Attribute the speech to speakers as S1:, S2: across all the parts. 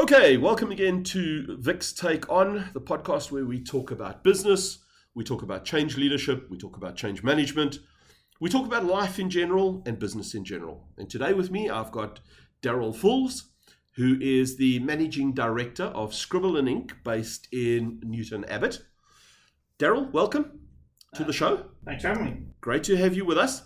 S1: Okay, welcome again to Vic's Take On, the podcast where we talk about business, we talk about change leadership, we talk about change management, we talk about life in general and business in general. And today with me, I've got Daryl Fools, who is the managing director of Scribble and Ink based in Newton Abbott. Daryl, welcome to the show.
S2: Thanks for having me.
S1: Great to have you with us.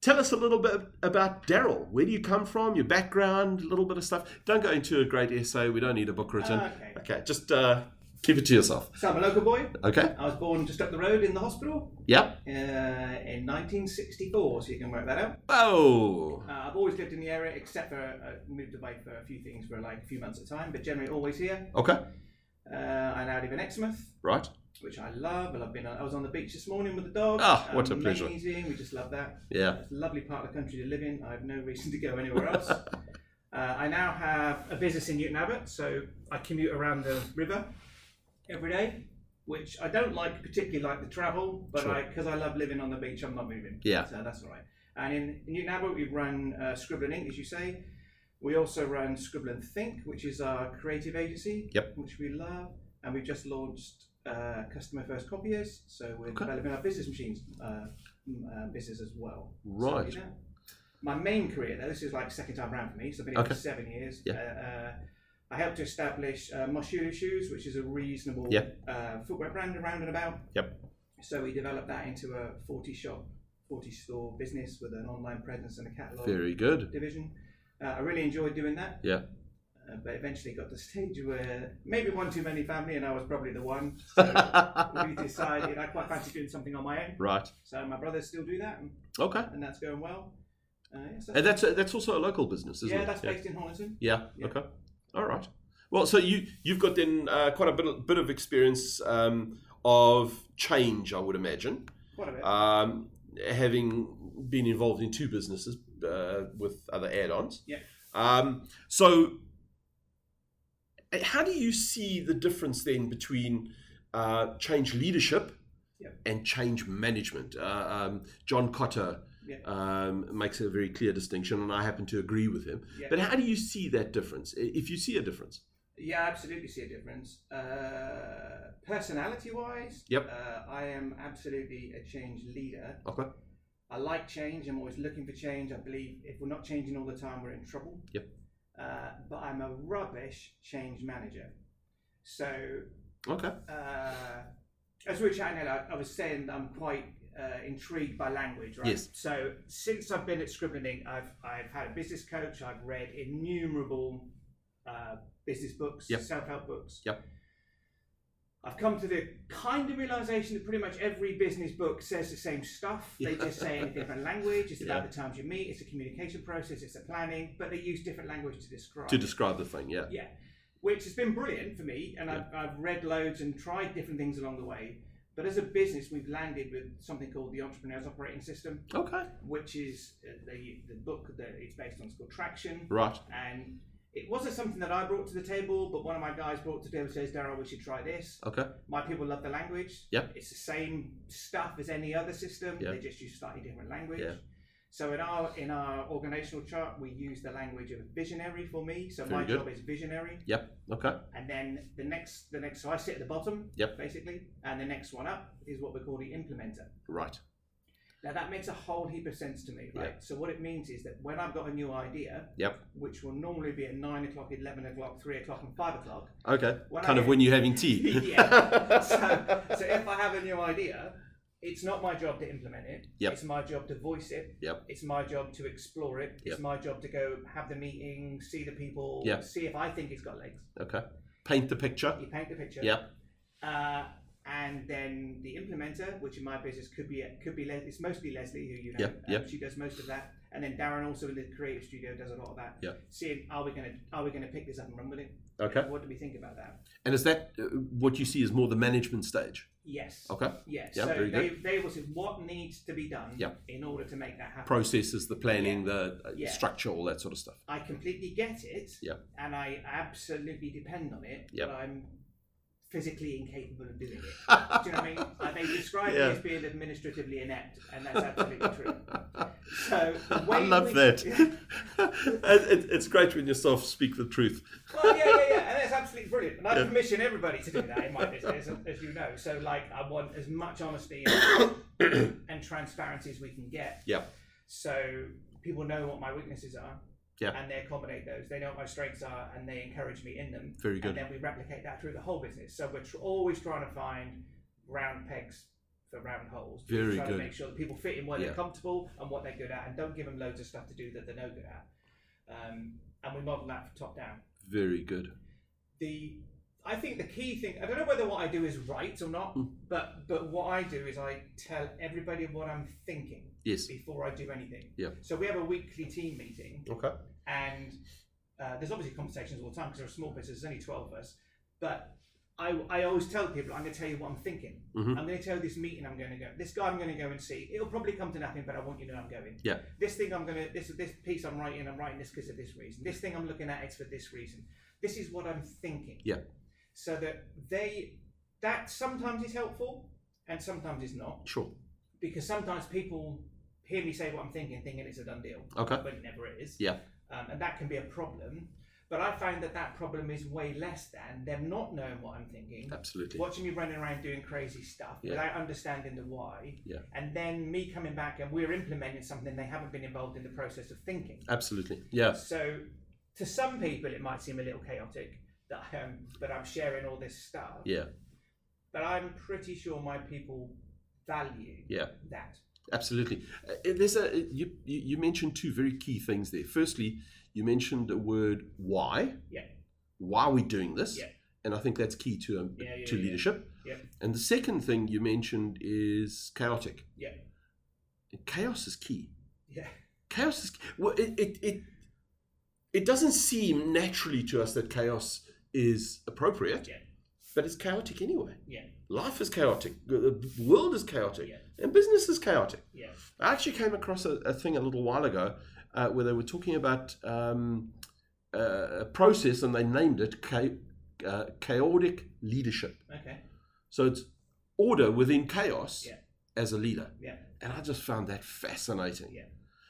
S1: Tell us a little bit about Daryl. Where do you come from? Your background, a little bit of stuff. Don't go into a great essay. We don't need a book written.
S2: Ah, okay.
S1: just uh, keep it to yourself.
S2: So I'm a local boy.
S1: Okay.
S2: I was born just up the road in the hospital
S1: Yep.
S2: uh, in 1964, so you can work that out.
S1: Oh.
S2: Uh, I've always lived in the area, except for uh, moved away for a few things for like a few months at a time, but generally always here.
S1: Okay.
S2: Uh, I now live in Exmouth,
S1: Right.
S2: which I love, and I've been. I was on the beach this morning with the dog.
S1: Ah, what a pleasure.
S2: Amazing. We just love that.
S1: Yeah.
S2: It's a lovely part of the country to live in. I have no reason to go anywhere else. uh, I now have a business in Newton Abbott, so I commute around the river every day, which I don't like particularly like the travel, but
S1: Sure.
S2: because I, love living on the beach, I'm not moving.
S1: Yeah.
S2: So that's all right. And in Newton Abbott, we run uh, Scribble and Ink, as you say. We also run Scribble and Think, which is our creative agency,
S1: Yep.
S2: which we love. And we've just launched uh, customer first copiers, so we're
S1: Okay.
S2: developing our business machines uh, m- uh, business as well.
S1: Right.
S2: So, you know, my main career, now this is like second time round for me, so I've been here
S1: Okay.
S2: for seven years.
S1: Yeah.
S2: Uh, uh, I helped to establish uh, Moshulu Shoes, which is a reasonable
S1: Yeah.
S2: uh, footwear brand around and about.
S1: Yep.
S2: So we developed that into a 40 shop, 40 store business with an online presence and a catalogue
S1: Very good.
S2: division. Uh, I really enjoyed doing that.
S1: Yeah.
S2: Uh, but eventually got to the stage where maybe one too many family, and I was probably the one. So we
S1: right.
S2: decided I quite fancy doing something on my own. So my brothers still do that, and,
S1: Okay.
S2: and that's going well. Uh, yes,
S1: And that's a, that's also a local business, isn't
S2: yeah,
S1: it?
S2: that's based in Honiton.
S1: Yeah.
S2: Yeah.
S1: Okay. All right. Well, so you you've got then uh, quite a bit of, bit of experience um, of change, I would imagine,
S2: Quite a bit.
S1: um, having been involved in two businesses uh, with other add-ons.
S2: Yeah.
S1: Um, so, uh, how do you see the difference then between uh, change leadership?
S2: Yeah.
S1: And change management. Uh, um, John Cotter
S2: Yeah.
S1: um, makes a very clear distinction, and I happen to agree with him.
S2: yeah.
S1: But how do you see that difference? i- If you see a difference,
S2: Yeah, I absolutely see a difference. Uh, personality wise,
S1: Yep.
S2: uh, I am absolutely a change leader.
S1: okay,
S2: I like change. I'm always looking for change. I believe if we're not changing all the time, we're in trouble.
S1: Yep.
S2: Uh, but I'm a rubbish change manager. So,
S1: okay,
S2: uh, as we were chatting earlier, I, I was saying that I'm quite uh, intrigued by language, right?
S1: Yes.
S2: So, since I've been at Scribbling, I've, I've had a business coach, I've read innumerable uh, business books,
S1: Yep.
S2: self help books.
S1: Yep.
S2: I've come to the kind of realization that pretty much every business book says the same stuff. They just say in different language. It's about the times you meet. It's a communication process. It's a planning, but they use different language to describe.
S1: to describe the thing, yeah,
S2: Yeah, which has been brilliant for me, and I've, I've read loads and tried different things along the way. But as a business, we've landed with something called the Entrepreneur's Operating System,
S1: okay,
S2: which is uh, the the book that it's based on. It's called Traction,
S1: right,
S2: and it wasn't something that I brought to the table, but one of my guys brought to the table says, "Daryl, we should try this."
S1: okay,
S2: My people love the language.
S1: Yep.
S2: It's the same stuff as any other system.
S1: Yeah.
S2: They just use slightly different language.
S1: Yeah.
S2: So in our in our organizational chart, we use the language of visionary for me. So
S1: Very
S2: my
S1: good.
S2: job is visionary,
S1: yep, okay,
S2: and then the next the next. So I sit at the bottom.
S1: Yep.
S2: Basically, and the next one up is what we call the implementer.
S1: right,
S2: Now that makes a whole heap of sense to me, right? So what it means is that when I've got a new idea,
S1: Yep.
S2: which will normally be at nine o'clock, eleven o'clock, three o'clock, and five o'clock,
S1: okay,
S2: When
S1: kind
S2: I-
S1: of when you're having tea,
S2: Yeah. so, so if I have a new idea, it's not my job to implement it.
S1: Yep.
S2: It's my job to voice it.
S1: Yep.
S2: It's my job to explore it.
S1: Yep.
S2: It's my job to go have the meeting, see the people,
S1: Yep.
S2: see if I think it's got legs.
S1: okay, paint the picture,
S2: You paint the picture.
S1: Yep.
S2: Uh, and then the implementer, which in my business could be could be Les- it's mostly Leslie who you know.
S1: Yep, yep.
S2: um, She does most of that, and then Darren also in the creative studio does a lot of that.
S1: Yep.
S2: Seeing are we gonna are we gonna pick this up and run with it?
S1: okay,
S2: What do we think about that?
S1: and is that uh, what you see is more the management stage?
S2: Yes.
S1: Okay,
S2: Yeah,
S1: Yeah,
S2: so
S1: very
S2: they, they will say what needs to be done
S1: Yeah.
S2: in order to make that happen.
S1: processes, the planning, the uh,
S2: Yeah.
S1: structure, all that sort of stuff.
S2: I completely get it,
S1: Yeah.
S2: and I absolutely depend on it,
S1: Yeah.
S2: but I'm physically incapable of doing it. Do you know what I mean? Uh, they describe
S1: Yeah.
S2: me as being administratively inept, and that's absolutely true. So the
S1: I
S2: way
S1: love
S2: we-
S1: that. It- it- it's great when yourself speak the truth.
S2: Well, yeah, yeah, yeah. absolutely brilliant. And I
S1: Yeah.
S2: commission everybody to do that in my business, as- as you know. So, like, I want as much honesty and, and transparency as we can get.
S1: Yeah.
S2: So people know what my weaknesses are.
S1: Yeah.
S2: And they accommodate those. They know what my strengths are, and they encourage me in them.
S1: Very good.
S2: And then we replicate that through the whole business. So we're tr- always trying to find round pegs for round holes. We're
S1: Very
S2: trying
S1: good.
S2: To make sure that people fit in where
S1: Yeah.
S2: they're comfortable and what they're good at, and don't give them loads of stuff to do that they're no good at. Um, and we model that from top down.
S1: Very good.
S2: The I think the key thing I don't know whether what I do is right or not,
S1: Hmm.
S2: but but what I do is I tell everybody what I'm thinking
S1: Yes.
S2: before I do anything.
S1: Yeah.
S2: So we have a weekly team meeting,
S1: Okay.
S2: and uh, there's obviously conversations all the time because we're a small business. There's only twelve of us, but I, I always tell people I'm going to tell you what I'm thinking.
S1: Mhm.
S2: I'm going to tell this meeting I'm going to go. This guy I'm going to go and see. It'll probably come to nothing, but I want you to know I'm going.
S1: Yeah.
S2: This thing I'm going to this this piece I'm writing. I'm writing this because of this reason. This thing I'm looking at it's for this reason. This is what I'm thinking.
S1: Yeah.
S2: So that they that sometimes is helpful and sometimes is not
S1: Sure.
S2: because sometimes people hear me say what I'm thinking, thinking it's a done deal,
S1: Okay.
S2: when it never is.
S1: Yeah.
S2: Um, and that can be a problem. But I find that that problem is way less than them not knowing what I'm thinking,
S1: Absolutely.
S2: watching me running around doing crazy stuff
S1: Yeah.
S2: without understanding the why,
S1: Yeah.
S2: and then me coming back and we're implementing something they haven't been involved in the process of thinking.
S1: Absolutely. Yeah.
S2: So, to some people, it might seem a little chaotic that I am, but I'm sharing all this stuff.
S1: Yeah.
S2: But I'm pretty sure my people value
S1: Yeah.
S2: that.
S1: Absolutely. Uh, there's a you, you you mentioned two very key things there. Firstly, you mentioned the word why.
S2: Yeah.
S1: Why are we doing this?
S2: Yeah.
S1: And I think that's key to um,
S2: Yeah, yeah,
S1: to
S2: yeah.
S1: leadership.
S2: Yeah.
S1: And the second thing you mentioned is chaotic.
S2: Yeah.
S1: And chaos is key.
S2: Yeah.
S1: Chaos is well, it, it it it doesn't seem naturally to us that chaos is appropriate,
S2: Yeah.
S1: but it's chaotic anyway.
S2: Yeah.
S1: Life is chaotic. The the world is chaotic,
S2: Yeah.
S1: and business is chaotic.
S2: Yeah.
S1: I actually came across a, a thing a little while ago uh, where they were talking about um, uh, a process and they named it cha- uh, chaotic leadership.
S2: Okay.
S1: So it's order within chaos
S2: Yeah.
S1: as a leader.
S2: Yeah.
S1: And I just found that fascinating.
S2: Yeah.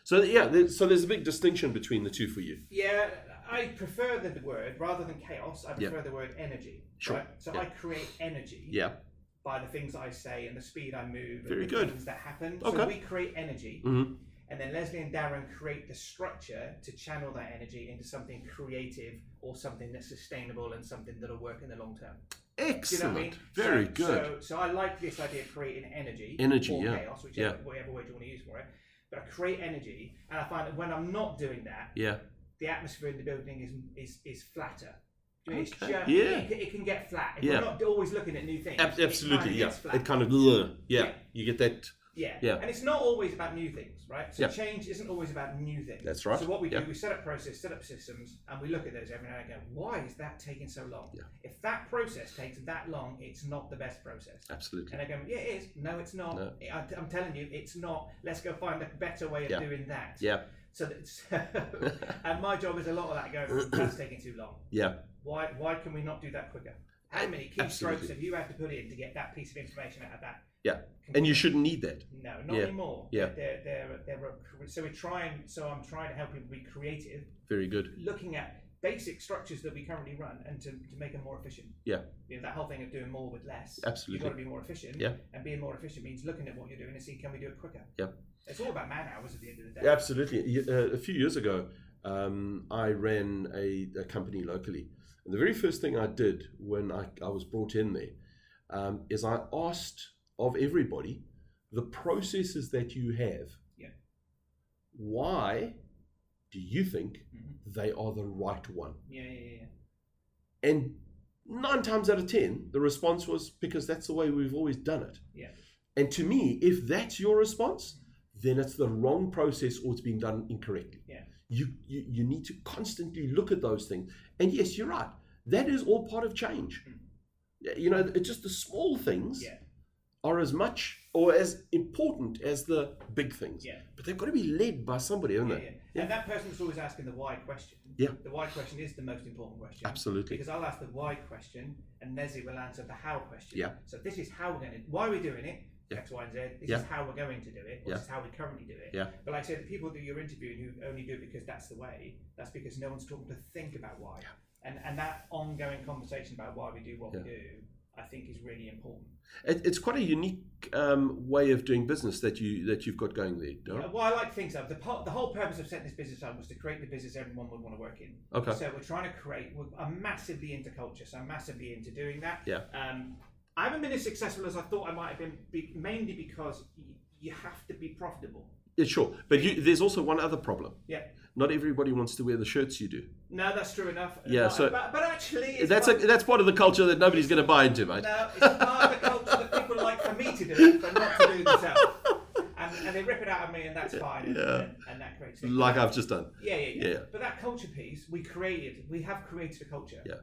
S1: So, yeah, there, so there's a big distinction between the two for you.
S2: Yeah, I prefer the word rather than chaos. I prefer the word energy.
S1: Sure.
S2: right? So
S1: Yeah.
S2: I create energy
S1: Yeah.
S2: by the things I say and the speed I move.
S1: Very
S2: and the
S1: good.
S2: Things that happen.
S1: Okay.
S2: So we create energy,
S1: Mhm.
S2: and then Leslie and Darren create the structure to channel that energy into something creative or something that's sustainable and something that'll work in the long term. Do you know
S1: Excellent.
S2: what I mean?
S1: Very
S2: So-
S1: good.
S2: So, so I like this idea of creating energy,
S1: Energy,
S2: or
S1: yeah.
S2: chaos,
S1: Yeah.
S2: whichever whatever word you want to use for it. But I create energy, and I find that when I'm not doing that,
S1: yeah.
S2: the atmosphere in the building is is is flatter. I mean, It's
S1: Okay.
S2: just,
S1: Yeah.
S2: it, can- it can get flat. If
S1: Yeah.
S2: we're not always looking at new things.
S1: Ab-
S2: it
S1: absolutely.
S2: kinda
S1: Yeah.
S2: gets flat.
S1: It kind of, bleh. yeah.
S2: Yeah.
S1: You get that.
S2: yeah.
S1: yeah.
S2: And it's not always about new things, right? So
S1: Yeah.
S2: change isn't always about new things.
S1: That's right.
S2: So what we
S1: Yeah.
S2: do, we set up process, set up systems, and we look at those every now and again. Why is that taking so long?
S1: Yeah.
S2: If that process takes that long, it's not the best process.
S1: Absolutely.
S2: And they're going, yeah, it is. No, it's not.
S1: No.
S2: I, I'm telling you, it's not. Let's go find a better way of
S1: Yeah.
S2: doing that.
S1: Yeah.
S2: So that's, and my job is a lot of that going, that's taking too long.
S1: Yeah.
S2: Why, why can we not do that quicker? How many
S1: Absolutely.
S2: keystrokes have you had to put in to get that piece of information out of that?
S1: Yeah. And you shouldn't need that.
S2: No, not
S1: Yeah.
S2: anymore.
S1: Yeah.
S2: They're, they're, they're, so we're trying, so I'm trying to help people be creative,
S1: Very good.
S2: looking at basic structures that we currently run and to, to make them more efficient.
S1: Yeah.
S2: You know, that whole thing of doing more with less. You've
S1: Absolutely.
S2: got to be more efficient.
S1: Yeah.
S2: And being more efficient means looking at what you're doing and seeing can we do it quicker.
S1: Yeah.
S2: It's all about man hours at the end of the day.
S1: Yeah, Absolutely. Y- uh, A few years ago, um, I ran a, a company locally. And the very first thing I did when I, I was brought in there um, is I asked of everybody the processes that you have.
S2: Yeah.
S1: Why do you think
S2: Mhm.
S1: they are the right one?
S2: Yeah, yeah, yeah.
S1: And nine times out of 10, the response was because that's the way we've always done it.
S2: Yeah.
S1: And to me, if that's your response, then it's the wrong process or it's been done incorrectly.
S2: Yeah.
S1: You, you, you need to constantly look at those things. And yes, you're right. That is all part of change.
S2: Mm.
S1: Yeah, You know, it's just the small things
S2: Yeah.
S1: are as much or as important as the big things.
S2: Yeah.
S1: But they've got to be led by somebody, haven't
S2: Yeah,
S1: they?
S2: yeah. And that person was always asking the why question.
S1: Yeah.
S2: The why question is the most important question.
S1: Absolutely.
S2: Because I'll ask the why question and Nezzy will answer the how question.
S1: Yeah.
S2: So this is how we're going to, why are we doing it?
S1: Yeah.
S2: X, Y, and Z. This
S1: Yeah.
S2: is how we're going to do it. Or
S1: Yeah.
S2: This is how we currently do it.
S1: Yeah.
S2: But like I say, the people that you're interviewing who only do it because that's the way, that's because no one's taught them to think about why. and and that ongoing conversation about why we do what we
S1: Yeah.
S2: do, I think is really important.
S1: It, it's quite a unique um, way of doing business that you that you've got going there.
S2: Yeah,
S1: Dara.
S2: well, Uh, I like to think so. The, po- the whole purpose of setting this business up was to create the business everyone would want to work in.
S1: Okay.
S2: So we're trying to create. We're, I'm massively into culture, so I'm massively into doing that.
S1: Yeah.
S2: Um, I haven't been as successful as I thought I might have been, be, mainly because y- you have to be profitable.
S1: Yeah, sure. But you, there's also one other problem.
S2: Yeah.
S1: Not everybody wants to wear the shirts you do.
S2: No, that's true enough.
S1: Yeah,
S2: But,
S1: so-
S2: but, but actually, it's
S1: That's a,
S2: part,
S1: that's part of the culture that nobody's going to buy into, mate.
S2: no, it's part of the culture that people like for me to do it, but not to do it themselves. And, and they rip it out of me, and that's fine. and-
S1: Yeah.
S2: And, and that creates. things.
S1: Like I've just done.
S2: yeah, yeah, yeah,
S1: Yeah.
S2: But that culture piece, we created, we have created a culture.
S1: Yeah.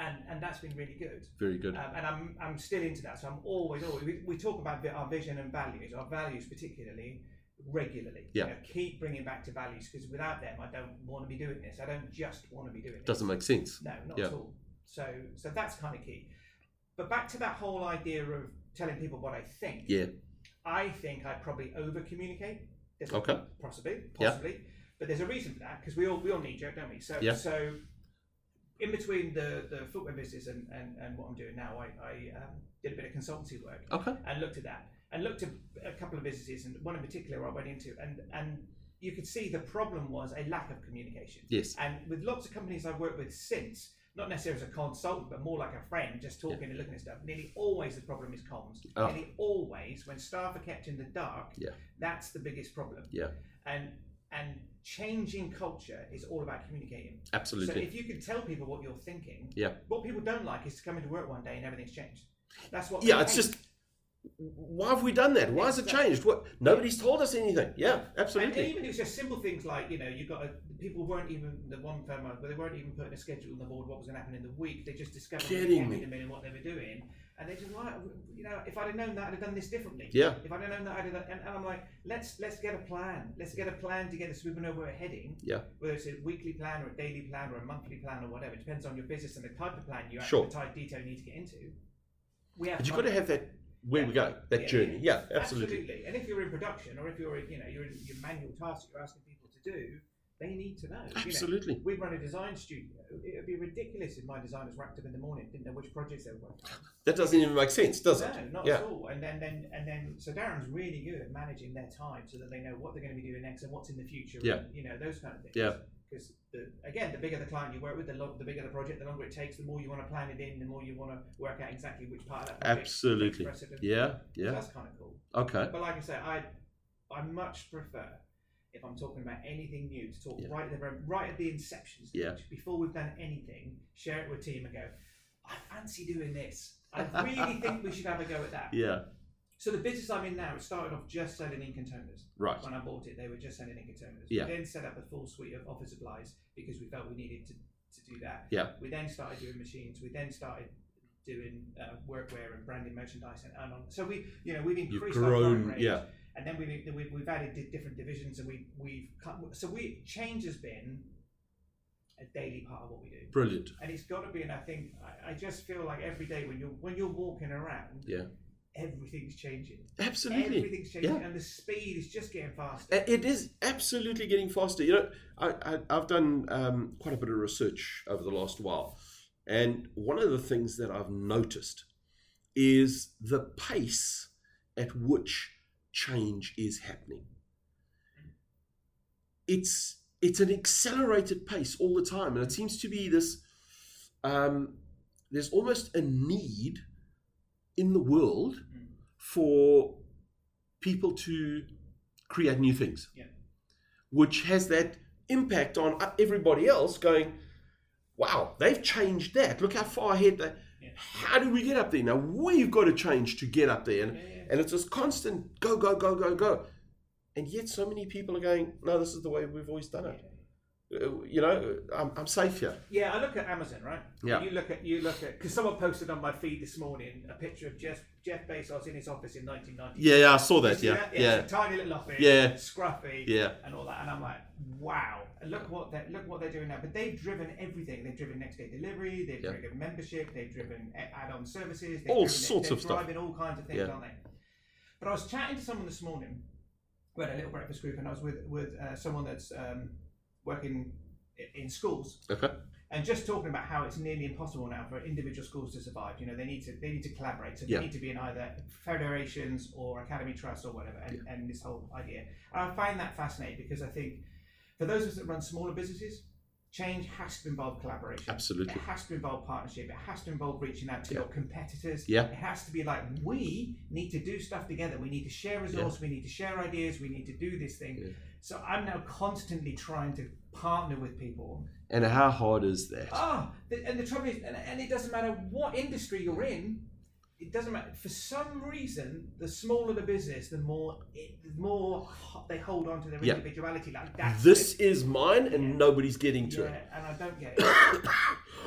S2: And and that's been really good.
S1: Very good.
S2: Um, and I'm I'm still into that. So I'm always always we, we talk about vi- our vision and values, our values particularly regularly.
S1: Yeah.
S2: You know, keep bringing back to values because without them, I don't want to be doing this. I don't just want to be doing it.
S1: Doesn't make sense.
S2: No, not
S1: Yeah.
S2: at all. So so that's kind of key. But back to that whole idea of telling people what I think.
S1: Yeah.
S2: I think I probably over communicate.
S1: Okay.
S2: Possibly,
S1: Yeah.
S2: possibly. But there's a reason for that because we all we all knee jerk, don't we? So
S1: Yeah.
S2: so in between the the footwear business and, and, and what I'm doing now, I, I um, did a bit of consultancy work
S1: Okay.
S2: and looked at that and looked at a couple of businesses and one in particular I went into and and you could see the problem was a lack of communication.
S1: Yes.
S2: And with lots of companies I've worked with since, not necessarily as a consultant, but more like a friend, just talking and looking at stuff, nearly always the problem is comms.
S1: Oh.
S2: Nearly always, when staff are kept in the dark,
S1: Yeah.
S2: that's the biggest problem.
S1: Yeah.
S2: And and changing culture is all about communicating. So
S1: Absolutely.
S2: if you can tell people what you're thinking,
S1: Yeah.
S2: what people don't like is to come into work one day and everything's changed. That's what
S1: Yeah,
S2: they
S1: it's
S2: hate.
S1: just why have we done that? Why has it
S2: Exactly.
S1: changed? What nobody's told us anything. Yeah,
S2: And
S1: absolutely.
S2: even it's just simple things like you know you got a, people weren't even the one firm I- where they weren't even putting a schedule on the board what was going to happen in the week. They just discovered what
S1: Kidding
S2: happened
S1: me.
S2: in a minute what they were doing, and they just why you know if I'd have known that I'd have done this differently.
S1: Yeah.
S2: If I'd have known that I'd have done, and, and I'm like let's let's get a plan. Let's get a plan together so we know where we're heading.
S1: Yeah.
S2: Whether it's a weekly plan or a daily plan or a monthly plan or whatever, it depends on your business and the type of plan you actually
S1: Sure.
S2: the type of detail you need to get into. We have
S1: But you've got to have that where we go, that
S2: Yeah.
S1: journey. Yeah, absolutely.
S2: And if you're in production or if you're, you know, you're in your manual tasks you're asking people to do, they need to know. you know.
S1: Absolutely.
S2: We run a design studio. It would be ridiculous if my designers wrapped up in the morning didn't know which projects they were working on.
S1: That doesn't even make sense, does it?
S2: No, not
S1: Yeah.
S2: at all. And then, then, and then, so Darren's really good at managing their time so that they know what they're going to be doing next and what's in the future.
S1: Yeah.
S2: And, you know, those kind of things.
S1: Yeah.
S2: Because the, again, the bigger the client you work with, the, lo- the bigger the project, the longer it takes, the more you want to plan it in, the more you want to work out exactly which part of that project. takes
S1: Absolutely.
S2: precedent.
S1: Yeah,
S2: So
S1: yeah.
S2: that's kind of cool.
S1: Okay.
S2: But like I say, I I much prefer if I'm talking about anything new to talk
S1: Yeah.
S2: right at the very- right at the inception stage
S1: Yeah.
S2: before we've done anything. Share it with a team and go. I fancy doing this. I really think we should have a go at that.
S1: Yeah,
S2: So the business I'm in now, it started off just selling ink and toners.
S1: right.
S2: When I bought it, they were just selling ink and toners.
S1: Yeah.
S2: We then set up a full suite of office supplies because we felt we needed to, to do that.
S1: Yeah.
S2: We then started doing machines. We then started doing uh, workwear and branded merchandise and, and on. So we, you know, we've
S1: You've
S2: increased our product
S1: grown.
S2: range
S1: Yeah,
S2: and then we've, we've, we've added di- different divisions and we, we've cut, so we change has been a daily part of what we do
S1: brilliant.
S2: and it's got to be and i think I, I just feel like every day when you're when you're walking around
S1: Yeah.
S2: everything's changing
S1: Absolutely.
S2: everything's changing
S1: yeah. Eh.
S2: and the speed is just getting faster
S1: I- It is absolutely getting faster. You know, I, I, I've done um, quite a bit of research over the last while, and one of the things that I've noticed is the pace at which change is happening. It's it's an accelerated pace all the time, and it seems to be this. Um, there's almost a need in the world
S2: Mm.
S1: for people to create new things,
S2: Yeah.
S1: which has that impact on everybody else going, wow, they've changed that. Look how far ahead they.
S2: Yeah.
S1: How do we get up there? Now we've got to change to get up there, and,
S2: Yeah, yeah.
S1: and it's this constant go, go, go, go, go. And yet, so many people are going, no, this is the way we've always done it. Uh, You know, I'm, I'm safe here.
S2: Yeah, I look at Amazon, right?
S1: Yeah.
S2: You look at you look at because someone posted on my feed this morning a picture of Jeff Jeff Bezos in his office in 1990.
S1: Yeah, yeah, I saw that.
S2: You see
S1: Yeah,
S2: that?
S1: yeah,
S2: It's a tiny little office.
S1: Yeah.
S2: Scruffy.
S1: Yeah.
S2: And all that, and I'm like, wow. And look what they look what they're doing now. But they've driven everything. They've driven next day delivery. They've
S1: Yeah.
S2: driven membership. They've driven a- add-on services. They've
S1: All
S2: driven,
S1: sorts
S2: they're
S1: of stuff.
S2: Driving all kinds of things,
S1: Yeah.
S2: aren't they? But I was chatting to someone this morning. We had a little breakfast group, and I was with with uh, someone that's um, working i- in schools
S1: Okay.
S2: and just talking about how it's nearly impossible now for individual schools to survive. You know, they need to they need to collaborate. So
S1: Yeah.
S2: they need to be in either federations or academy trusts or whatever. And, and this whole idea, and I find that fascinating because I think for those of us that run smaller businesses, change has to involve collaboration.
S1: Absolutely.
S2: It has to involve partnership. It has to involve reaching out to
S1: Yeah.
S2: your competitors.
S1: Yeah.
S2: It has to be like we need to do stuff together. We need to share resources. We need to share ideas. We need to do this thing.
S1: Yeah.
S2: So I'm now constantly trying to partner with people.
S1: And how hard is that?
S2: Ah, the, and the trouble is, and, and it doesn't matter what industry you're in. It doesn't matter. For some reason, the smaller the business, the more it, the more ho- they hold on to their
S1: Yeah.
S2: individuality. Like that's it.
S1: this is mine and
S2: Yeah.
S1: nobody's getting to
S2: Yeah, and I don't get it.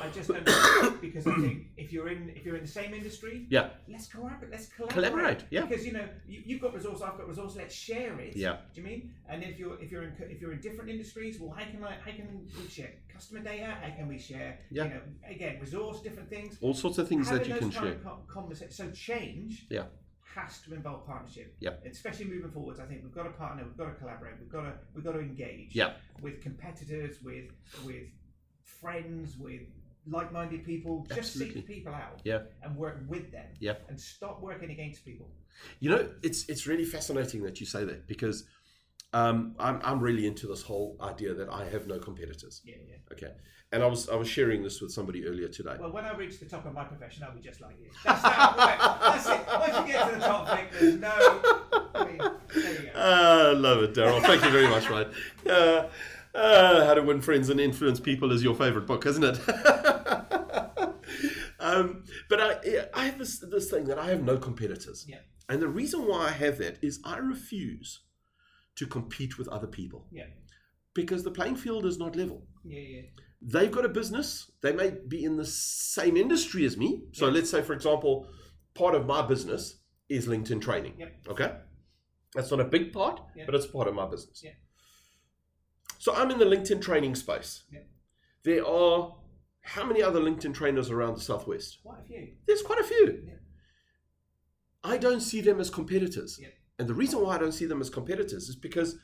S2: I just don't get it because I think if you're in if you're in the same industry,
S1: Yeah.
S2: let's collaborate. Let's collaborate.
S1: Collaborate, yeah.
S2: Because you know you, you've got resource, I've got resource. Let's share it.
S1: Yeah.
S2: Do you mean? And if you're if you're in co- if you're in different industries, well, how can I how can we share customer data? How can we share?
S1: Yeah.
S2: You know, again, resource, different things.
S1: All sorts of things that
S2: Having
S1: you
S2: those
S1: can
S2: kind
S1: share.
S2: of con- conversa- So change.
S1: Yeah.
S2: Has to involve partnership.
S1: Yeah.
S2: Especially moving forwards, I think we've got to partner, we've got to collaborate, we've got to we've got to engage
S1: Yeah.
S2: with competitors, with with friends, with like-minded people. Just seek
S1: Absolutely.
S2: the people out
S1: Yeah.
S2: and work with them.
S1: Yeah.
S2: And stop working against people.
S1: You know, it's it's really fascinating that you say that because um, I'm I'm really into this whole idea that I have no competitors.
S2: Yeah, yeah.
S1: Okay, and I was I was sharing this with somebody earlier today.
S2: Well, when I reach the top of my profession, I'll be just like you. That's, how it works. That's it. Once you get to the top, Vic, there's no. I mean, there you go.
S1: Ah, love it, Daryl. Thank you very much, mate. Uh, uh, How to Win Friends and Influence People is your favorite book, isn't it? um, but I, yeah, I have this, this thing that I have no competitors.
S2: Yeah.
S1: And the reason why I have that is I refuse to compete with other people.
S2: Yeah.
S1: Because the playing field is not level.
S2: Yeah, yeah.
S1: They've got a business, they may be in the same industry as me. So
S2: Yeah.
S1: let's say, for example, part of my business is LinkedIn training.
S2: Yep.
S1: Okay. That's not a big part,
S2: Yeah.
S1: but it's part of my business.
S2: Yeah.
S1: So I'm in the LinkedIn training space.
S2: Yeah.
S1: There are how many other LinkedIn trainers around the Southwest?
S2: Quite a few.
S1: There's quite a few.
S2: Yeah.
S1: I don't see them as competitors.
S2: Yeah.
S1: And the reason why I don't see them as competitors is because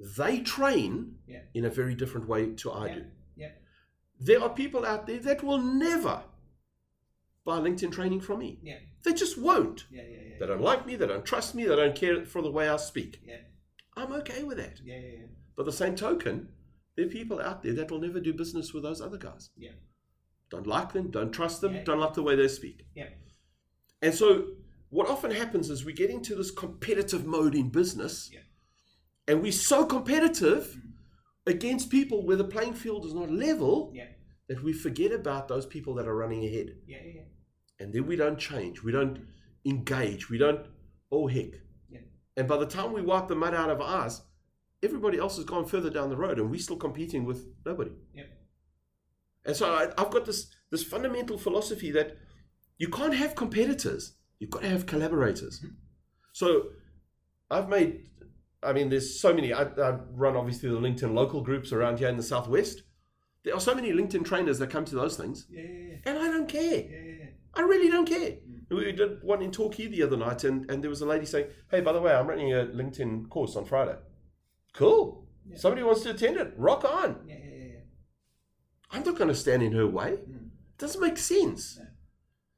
S1: they train
S2: Yeah.
S1: in a very different way to I
S2: Yeah.
S1: do.
S2: Yeah.
S1: There are people out there that will never buy LinkedIn training from me.
S2: Yeah.
S1: They just won't.
S2: Yeah, yeah, yeah.
S1: They don't like me, they don't trust me, they don't care for the way I speak.
S2: Yeah.
S1: I'm okay with that.
S2: Yeah, yeah, yeah.
S1: By the same token, there are people out there that will never do business with those other guys.
S2: Yeah.
S1: Don't like them, don't trust them,
S2: Yeah.
S1: don't like the way they speak.
S2: Yeah.
S1: And so what often happens is we get into this competitive mode in business
S2: Yeah. Mm.
S1: and we're so competitive against people where the playing field is not level
S2: Yeah.
S1: that we forget about those people that are running ahead.
S2: Yeah, yeah, yeah.
S1: And then we don't change, we don't engage, we don't oh heck.
S2: Yeah.
S1: And by the time we wipe the mud out of our eyes, everybody else has gone further down the road and we're still competing with nobody.
S2: Yep.
S1: And so I, I've got this this fundamental philosophy that you can't have competitors. You've got to have collaborators. So I've made, I mean, there's so many. I, I run obviously the LinkedIn local groups around here in the southwest. There are so many LinkedIn trainers that come to those things,
S2: Yeah, yeah,
S1: and I don't care.
S2: yeah. Yeah, yeah,
S1: I really don't care.
S2: Mm.
S1: We did one in Torquay the other night, and, and there was a lady saying, Hey, by the way, I'm running a LinkedIn course on Friday. Cool.
S2: Yeah.
S1: Somebody wants to attend it. Rock on.
S2: yeah, yeah, yeah, yeah.
S1: I'm not going to stand in her way.
S2: Mm.
S1: It doesn't make sense.
S2: No.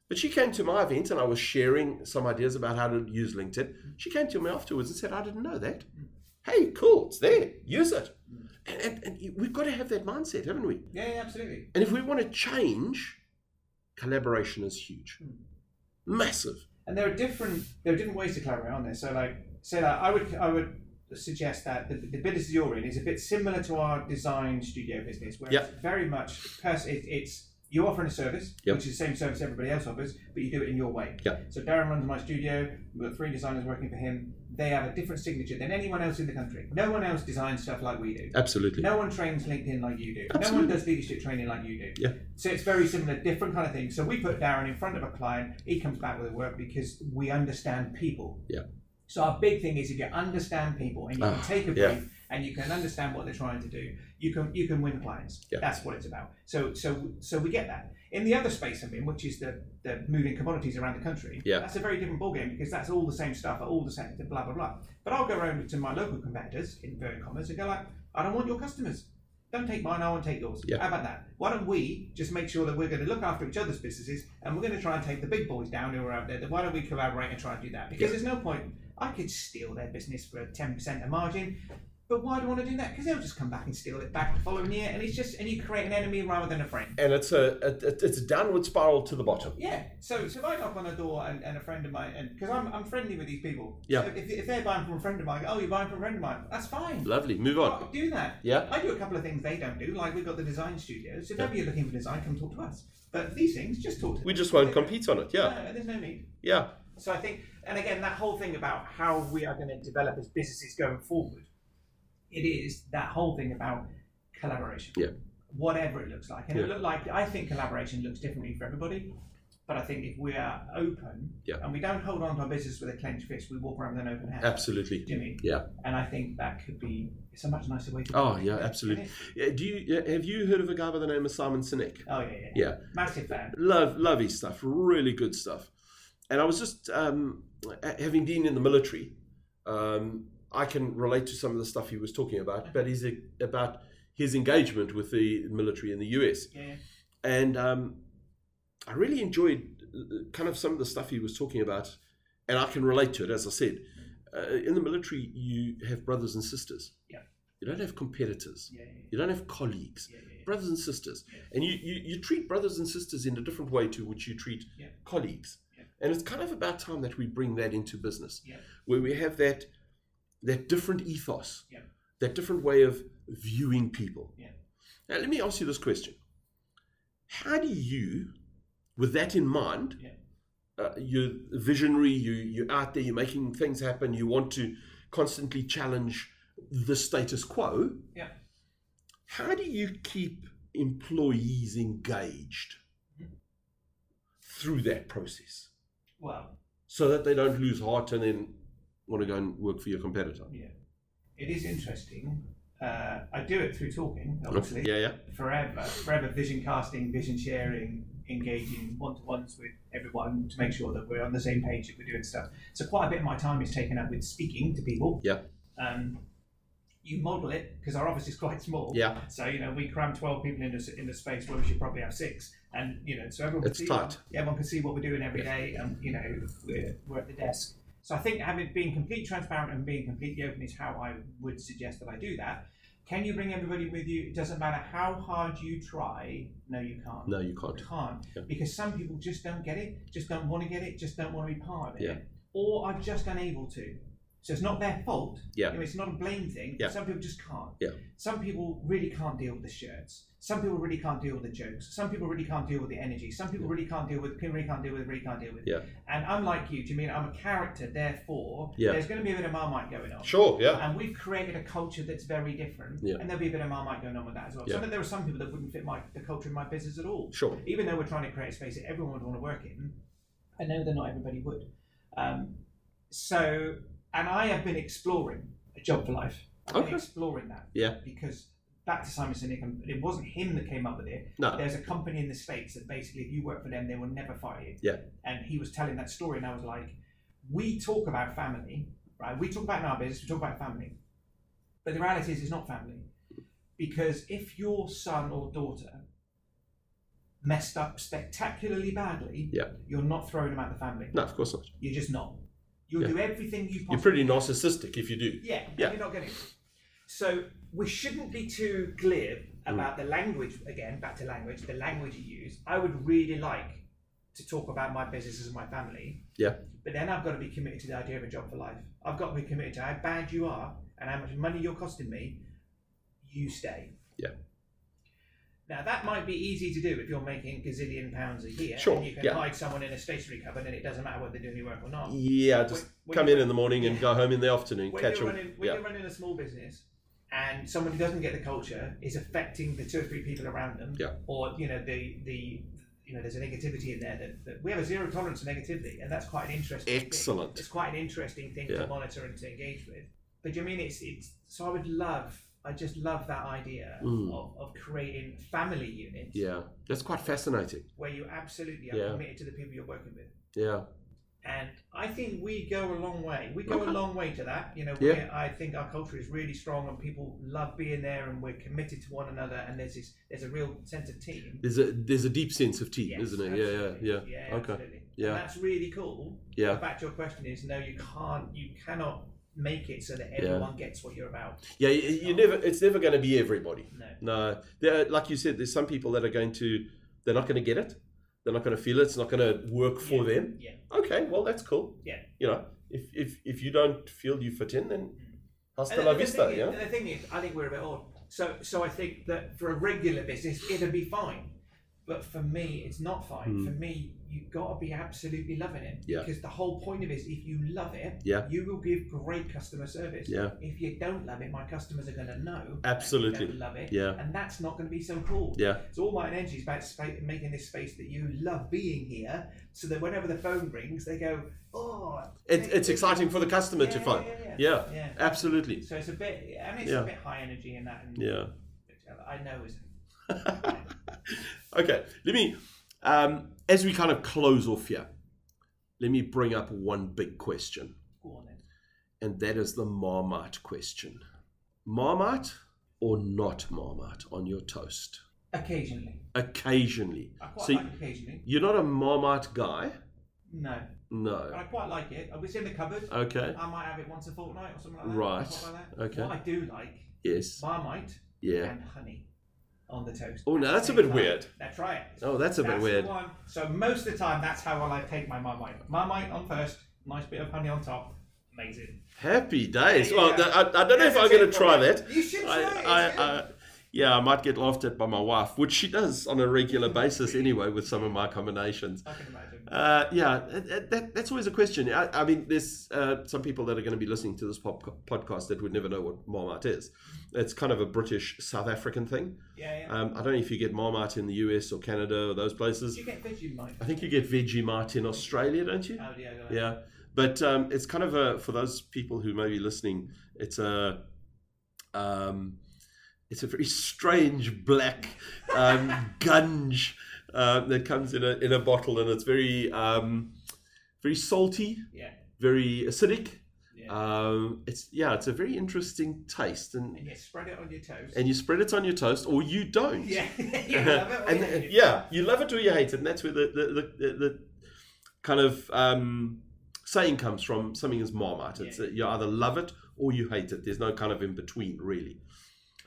S1: But she came to my event and I was sharing some ideas about how to use LinkedIn.
S2: Mm.
S1: She came to me afterwards and said, I didn't know that. Hey, cool, it's there, use it.
S2: Mm.
S1: And, and, and we've got to have that mindset, haven't we?
S2: Yeah, yeah, absolutely.
S1: And if we want to change, collaboration is huge,
S2: Mm.
S1: massive.
S2: And there are different there are different ways to collaborate, aren't there? So like say like I would I would suggest that the, the business you're in is a bit similar to our design studio business, where
S1: Yeah.
S2: it's very much pers- it, it's you're offering a service,
S1: Yep.
S2: which is the same service everybody else offers, but you do it in your way.
S1: Yeah.
S2: So Darren runs my studio. We've got three designers working for him. They have a different signature than anyone else in the country. No one else designs stuff like we do.
S1: Absolutely.
S2: No one trains LinkedIn like you do. No one
S1: Absolutely.
S2: does leadership training like you do.
S1: Yeah.
S2: So it's very similar, different kind of thing. So we put Darren in front of a client, he comes back with a work because we understand people.
S1: Yeah.
S2: So our big thing is if you understand people and you can
S1: Ah,
S2: take a
S1: yeah.
S2: brief and you can understand what they're trying to do, you can you can win clients.
S1: Yeah.
S2: That's what it's about. So so so we get that. In the other space I'm in, which is the, the moving commodities around the country,
S1: Yeah.
S2: that's a very different ballgame because that's all the same stuff, all the same blah blah blah. But I'll go around to my local competitors in inverted commas and go like, I don't want your customers. Don't take mine, I won't take yours.
S1: Yeah.
S2: How about that? Why don't we just make sure that we're going to look after each other's businesses and we're going to try and take the big boys down who are out there? Then Why don't we collaborate and try and do that? Because
S1: Yeah.
S2: there's no point. I could steal their business for 10% of margin, but why do I want to do that? Because they'll just come back and steal it back the following year. And it's just, and you create an enemy rather than a friend.
S1: And it's a, a it- it's a downward spiral to the bottom.
S2: Yeah. So, so if I knock on a door and, and a friend of mine, and because I'm, I'm friendly with these people.
S1: Yeah.
S2: So if, if they're buying from a friend of mine, I go, oh, you're buying from a friend of mine. That's fine.
S1: Lovely. Move on.
S2: I'll do that.
S1: Yeah.
S2: I do a couple of things they don't do, like we've got the design studio. So if ever you're looking for design, come talk to us. But these things, just talk to them.
S1: We just won't compete on it. Yeah.
S2: No, there's no need.
S1: Yeah.
S2: So I think, and again, that whole thing about how we are going to develop as businesses going forward, it is that whole thing about collaboration.
S1: Yeah.
S2: Whatever it looks like, and it
S1: Yeah.
S2: look like I think collaboration looks differently for everybody. But I think if we are open
S1: Yeah.
S2: and we don't hold on to our business with a clenched fist, we walk around with an open hand.
S1: Absolutely.
S2: Do you know what I mean?
S1: Yeah.
S2: And I think that could be it's a much nicer way to.
S1: Oh yeah. Absolutely. Yeah, do you yeah, have you heard of a guy by the name of Simon Sinek?
S2: Oh yeah, yeah.
S1: Yeah.
S2: Massive fan.
S1: Love lovely stuff. Really good stuff. And I was just um, a- having been in the military, um, I can relate to some of the stuff he was talking about. But he's a, about his engagement with the military in the US.
S2: Yeah. yeah.
S1: and um, I really enjoyed uh, kind of some of the stuff he was talking about, and I can relate to it. As I said, uh, in the military, you have brothers and sisters.
S2: Yeah.
S1: You don't have competitors.
S2: Yeah. yeah,
S1: You don't have colleagues.
S2: yeah, yeah, yeah.
S1: Brothers and sisters,
S2: Yeah.
S1: and you, you you treat brothers and sisters in a different way to which you treat
S2: Yeah.
S1: colleagues.
S2: Yeah.
S1: And it's kind of about time that we bring that into business,
S2: Yeah.
S1: where we have that that different ethos,
S2: Yeah.
S1: that different way of viewing people.
S2: Yeah.
S1: Now, let me ask you this question: How do you, with that in mind,
S2: Yeah.
S1: uh, you're visionary, you you're out there, you're making things happen, you want to constantly challenge the status quo.
S2: Yeah.
S1: How do you keep employees engaged through that process
S2: Well.
S1: so that they don't lose heart and then want to go and work for your competitor?
S2: Yeah. It is interesting. Uh, I do it through talking, obviously.
S1: Yeah, yeah.
S2: Forever. Forever vision casting, vision sharing, engaging one to ones with everyone to make sure that we're on the same page that we're doing stuff. So, quite a bit of my time is taken up with speaking to people.
S1: Yeah.
S2: Um, you model it because our office is quite small.
S1: Yeah.
S2: So you know we cram twelve people in a, in a space where we should probably have six, and you know so everyone
S1: It's
S2: can see,
S1: tight.
S2: everyone can see what we're doing every day, and you know we're, we're at the desk. So I think having being complete transparent and being completely open is how I would suggest that I do that. Can you bring everybody with you? It doesn't matter how hard you try. No, you can't.
S1: No, you
S2: You
S1: can't.
S2: can't
S1: Yeah.
S2: because some people just don't get it, just don't want to get it, just don't want to be part of it,
S1: Yeah.
S2: or are just unable to. So it's not their fault.
S1: Yeah.
S2: You know, it's not a blame thing.
S1: Yeah.
S2: Some people just can't.
S1: Yeah.
S2: Some people really can't deal with the shirts. Some people really can't deal with the jokes. Some people really can't deal with the energy. Some people really can't deal with. Really can't deal with. Really can't deal with.
S1: Yeah.
S2: And I'm like you. Do you mean I'm a character? Therefore,
S1: Yeah.
S2: there's going to be a bit of marmite going on.
S1: Sure. Yeah.
S2: And we've created a culture that's very different.
S1: Yeah.
S2: And there'll be a bit of marmite going on with that as well.
S1: Yeah.
S2: So I know there are some people that wouldn't fit my the culture in my business at all
S1: Sure.
S2: even though we're trying to create a space that everyone would want to work in, I know that not everybody would. Um, so, and I have been exploring a job for life. I've
S1: Okay.
S2: been exploring that.
S1: Yeah.
S2: Because back to Simon Sinek, and it wasn't him that came up with it.
S1: No.
S2: There's a company in the States that basically, if you work for them, they will never fire you.
S1: Yeah.
S2: And he was telling that story, and I was like, we talk about family, right? We talk about in our business, we talk about family. But the reality is, it's not family. Because if your son or daughter messed up spectacularly badly,
S1: Yeah.
S2: you're not throwing them out the family.
S1: No, of course not.
S2: You're just not. You'll
S1: Yeah.
S2: do everything you
S1: You're
S2: possibly
S1: pretty narcissistic if you do.
S2: yeah, and
S1: Yeah.
S2: you're not getting it. So we shouldn't be too glib
S1: Hmm.
S2: about the language. Again, back to language, the language you use. I would really like to talk about my businesses and my family,
S1: Yeah.
S2: but then I've got to be committed to the idea of a job for life. I've got to be committed to how bad you are and how much money you're costing me. You stay.
S1: Yeah.
S2: Now that might be easy to do if you're making gazillion pounds a year
S1: Sure,
S2: and you can
S1: yeah.
S2: hide someone in a stationary cupboard and it doesn't matter whether they're doing your work or not.
S1: Yeah. Just
S2: When-
S1: come
S2: when-
S1: in in the morning and go home in the afternoon.
S2: when
S1: catch
S2: you're
S1: them.
S2: running when
S1: Yeah.
S2: you're running a small business and someone who doesn't get the culture is affecting the two or three people around them
S1: Yeah.
S2: or you know the the you know there's a negativity in there that, that we have a zero tolerance to negativity and that's quite an interesting thing.
S1: Excellent.
S2: it's quite an interesting thing
S1: Yeah.
S2: to monitor and to engage with but do you mean it's it's so i would love i just love that idea
S1: Mm.
S2: of, of creating family units
S1: Yeah. That's quite fascinating.
S2: where you absolutely are
S1: Yeah.
S2: committed to the people you're working with
S1: Yeah.
S2: And I think we go a long way. We go
S1: Okay.
S2: a long way to that. You know,
S1: Yeah.
S2: where I think our culture is really strong and people love being there and we're committed to one another and there's this there's a real sense of team.
S1: There's a there's a deep sense of team,
S2: Yes,
S1: isn't it? Yeah,
S2: absolutely.
S1: yeah, yeah,
S2: yeah
S1: Okay.
S2: Absolutely.
S1: Yeah.
S2: And that's really cool.
S1: yeah.
S2: But back to your question is no, you can't you cannot make it so that everyone gets what you're about.
S1: Yeah, you, you never. It's never going to be everybody.
S2: No.
S1: No, there, like you said, there's some people that are going to. They're not going to get it. They're not going to feel it. It's not going to work for
S2: Yeah,
S1: them.
S2: Yeah.
S1: Okay, well that's cool.
S2: Yeah.
S1: You know, if if if you don't feel you fit in, then hasta
S2: Mm. And
S1: la
S2: the
S1: vista.
S2: thing
S1: Yeah.
S2: Is, the thing is, I think we're a bit odd. So, so I think that for a regular business, it'd be fine. But for me, it's not fine.
S1: Hmm.
S2: For me, you've got to be absolutely loving it.
S1: Yeah.
S2: Because the whole point of it is if you love it,
S1: Yeah.
S2: you will give great customer service.
S1: Yeah.
S2: If you don't love it, my customers are going to know. that you
S1: Absolutely.
S2: don't love it.
S1: Yeah.
S2: And that's not going to be so cool.
S1: Yeah.
S2: So all my energy is about spa- making this space that you love being here so that whenever the phone rings, they go, oh.
S1: It, it's exciting for the customer to
S2: Yeah,
S1: find.
S2: yeah,
S1: Yeah.
S2: Yeah.
S1: Absolutely.
S2: So it's a bit, I mean, it's
S1: Yeah.
S2: a bit high energy in that. And
S1: Yeah.
S2: I know it's
S1: Okay. Let me, um, as we kind of close off here, let me bring up one big question,
S2: go on then.
S1: and that is the Marmite question. Marmite or not Marmite on your toast?
S2: Occasionally.
S1: Occasionally.
S2: I quite
S1: So
S2: like occasionally.
S1: you're not a Marmite guy?
S2: No. But
S1: No.
S2: I quite like it. It's in the cupboard.
S1: Okay.
S2: I might have it once a fortnight or something like that.
S1: Right.
S2: something Like that.
S1: Okay.
S2: What I do like is
S1: Yes.
S2: Marmite
S1: Yeah.
S2: and honey on the toast.
S1: Oh, now
S2: At
S1: that's
S2: the
S1: a
S2: same
S1: bit
S2: time.
S1: weird.
S2: Now try it.
S1: Oh, that's a bit
S2: That's the
S1: weird.
S2: one. So most of the time, that's how I like take my Marmite. Marmite on first, nice bit of honey on top. Amazing.
S1: Happy days.
S2: Yeah,
S1: Well,
S2: yeah.
S1: I, I don't know if
S2: That's
S1: I'm
S2: it
S1: going to
S2: for
S1: try
S2: it.
S1: that.
S2: You
S1: I,
S2: should try it. It's
S1: I,
S2: good.
S1: I, yeah, I might get laughed at by my wife, which she does on a regular basis anyway with some of my combinations.
S2: I can imagine.
S1: Uh, yeah, that, that, that's always a question. I, I mean, there's uh, some people that are going to be listening to this pop, podcast that would never know what Marmite is. It's kind of a British South African thing.
S2: Yeah, yeah.
S1: Um, I don't know if you get Marmite in the US or Canada or those
S2: Did
S1: places.
S2: you get Veggie Mite?
S1: I think you get Vegemite in Australia, don't you?
S2: Oh, yeah, yeah.
S1: Yeah, but um, it's kind of a for those people who may be listening, it's a um, it's a very strange black um, gunge uh, that comes in a in a bottle, and it's very um, very salty,
S2: Yeah.
S1: very acidic.
S2: yeah.
S1: Um, it's yeah, it's a very interesting taste, and
S2: and you spread it on your toast.
S1: and you spread it on your toast, or you don't.
S2: yeah, you love it.
S1: and uh,
S2: wouldn't you?
S1: yeah, you love it or you hate it, and that's where the the, the, the, the kind of um, saying comes from. Something is Marmite. It's
S2: Yeah.
S1: uh you either love it or you hate it. There's no kind of in between, really.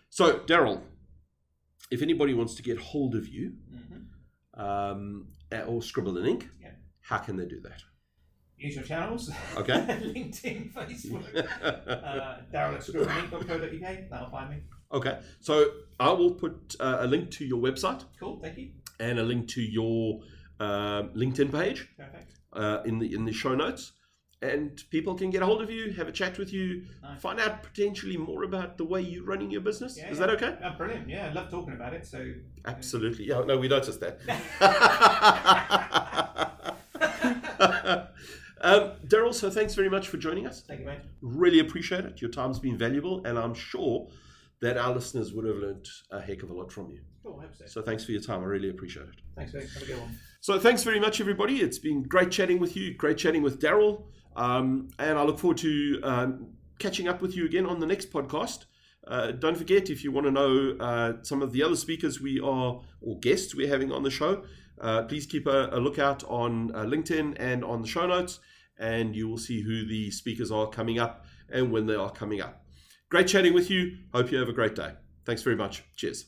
S1: So, Daryl, if anybody wants to get hold of you
S2: Mhm.
S1: um, uh, or Scribble and Ink,
S2: Yeah.
S1: how can they do that?
S2: Use your channels.
S1: Okay.
S2: LinkedIn, Facebook. uh, Daryl at screwandink.co.uk. That'll find me.
S1: okay, so I will put uh, a link to your website
S2: Cool. Thank you.
S1: and a link to your um LinkedIn page.
S2: Perfect.
S1: uh, in the in the show notes, and people can get a hold of you, have a chat with you,
S2: Nice.
S1: find out potentially more about the way you're running your business.
S2: Yeah,
S1: Is
S2: yeah.
S1: that okay?
S2: Oh, brilliant. Yeah, I love talking about it. So
S1: Absolutely. Yeah. No, we noticed that. um, Daryl, so thanks very much for joining us.
S2: thank you, mate.
S1: Really appreciate it. Your time's been valuable, and I'm sure that our listeners would have learned a heck of a lot from you.
S2: Cool. I hope so.
S1: So thanks for your time. I really appreciate it.
S2: Thanks, mate. Have a good one.
S1: So thanks very much, everybody. It's been great chatting with you, great chatting with Daryl, um, and I look forward to um, catching up with you again on the next podcast. Uh, don't forget, if you want to know uh, some of the other speakers we are or guests we're having on the show, uh, please keep a, a lookout on uh, LinkedIn and on the show notes, and you will see who the speakers are coming up and when they are coming up. Great chatting with you. Hope you have a great day. Thanks very much. Cheers.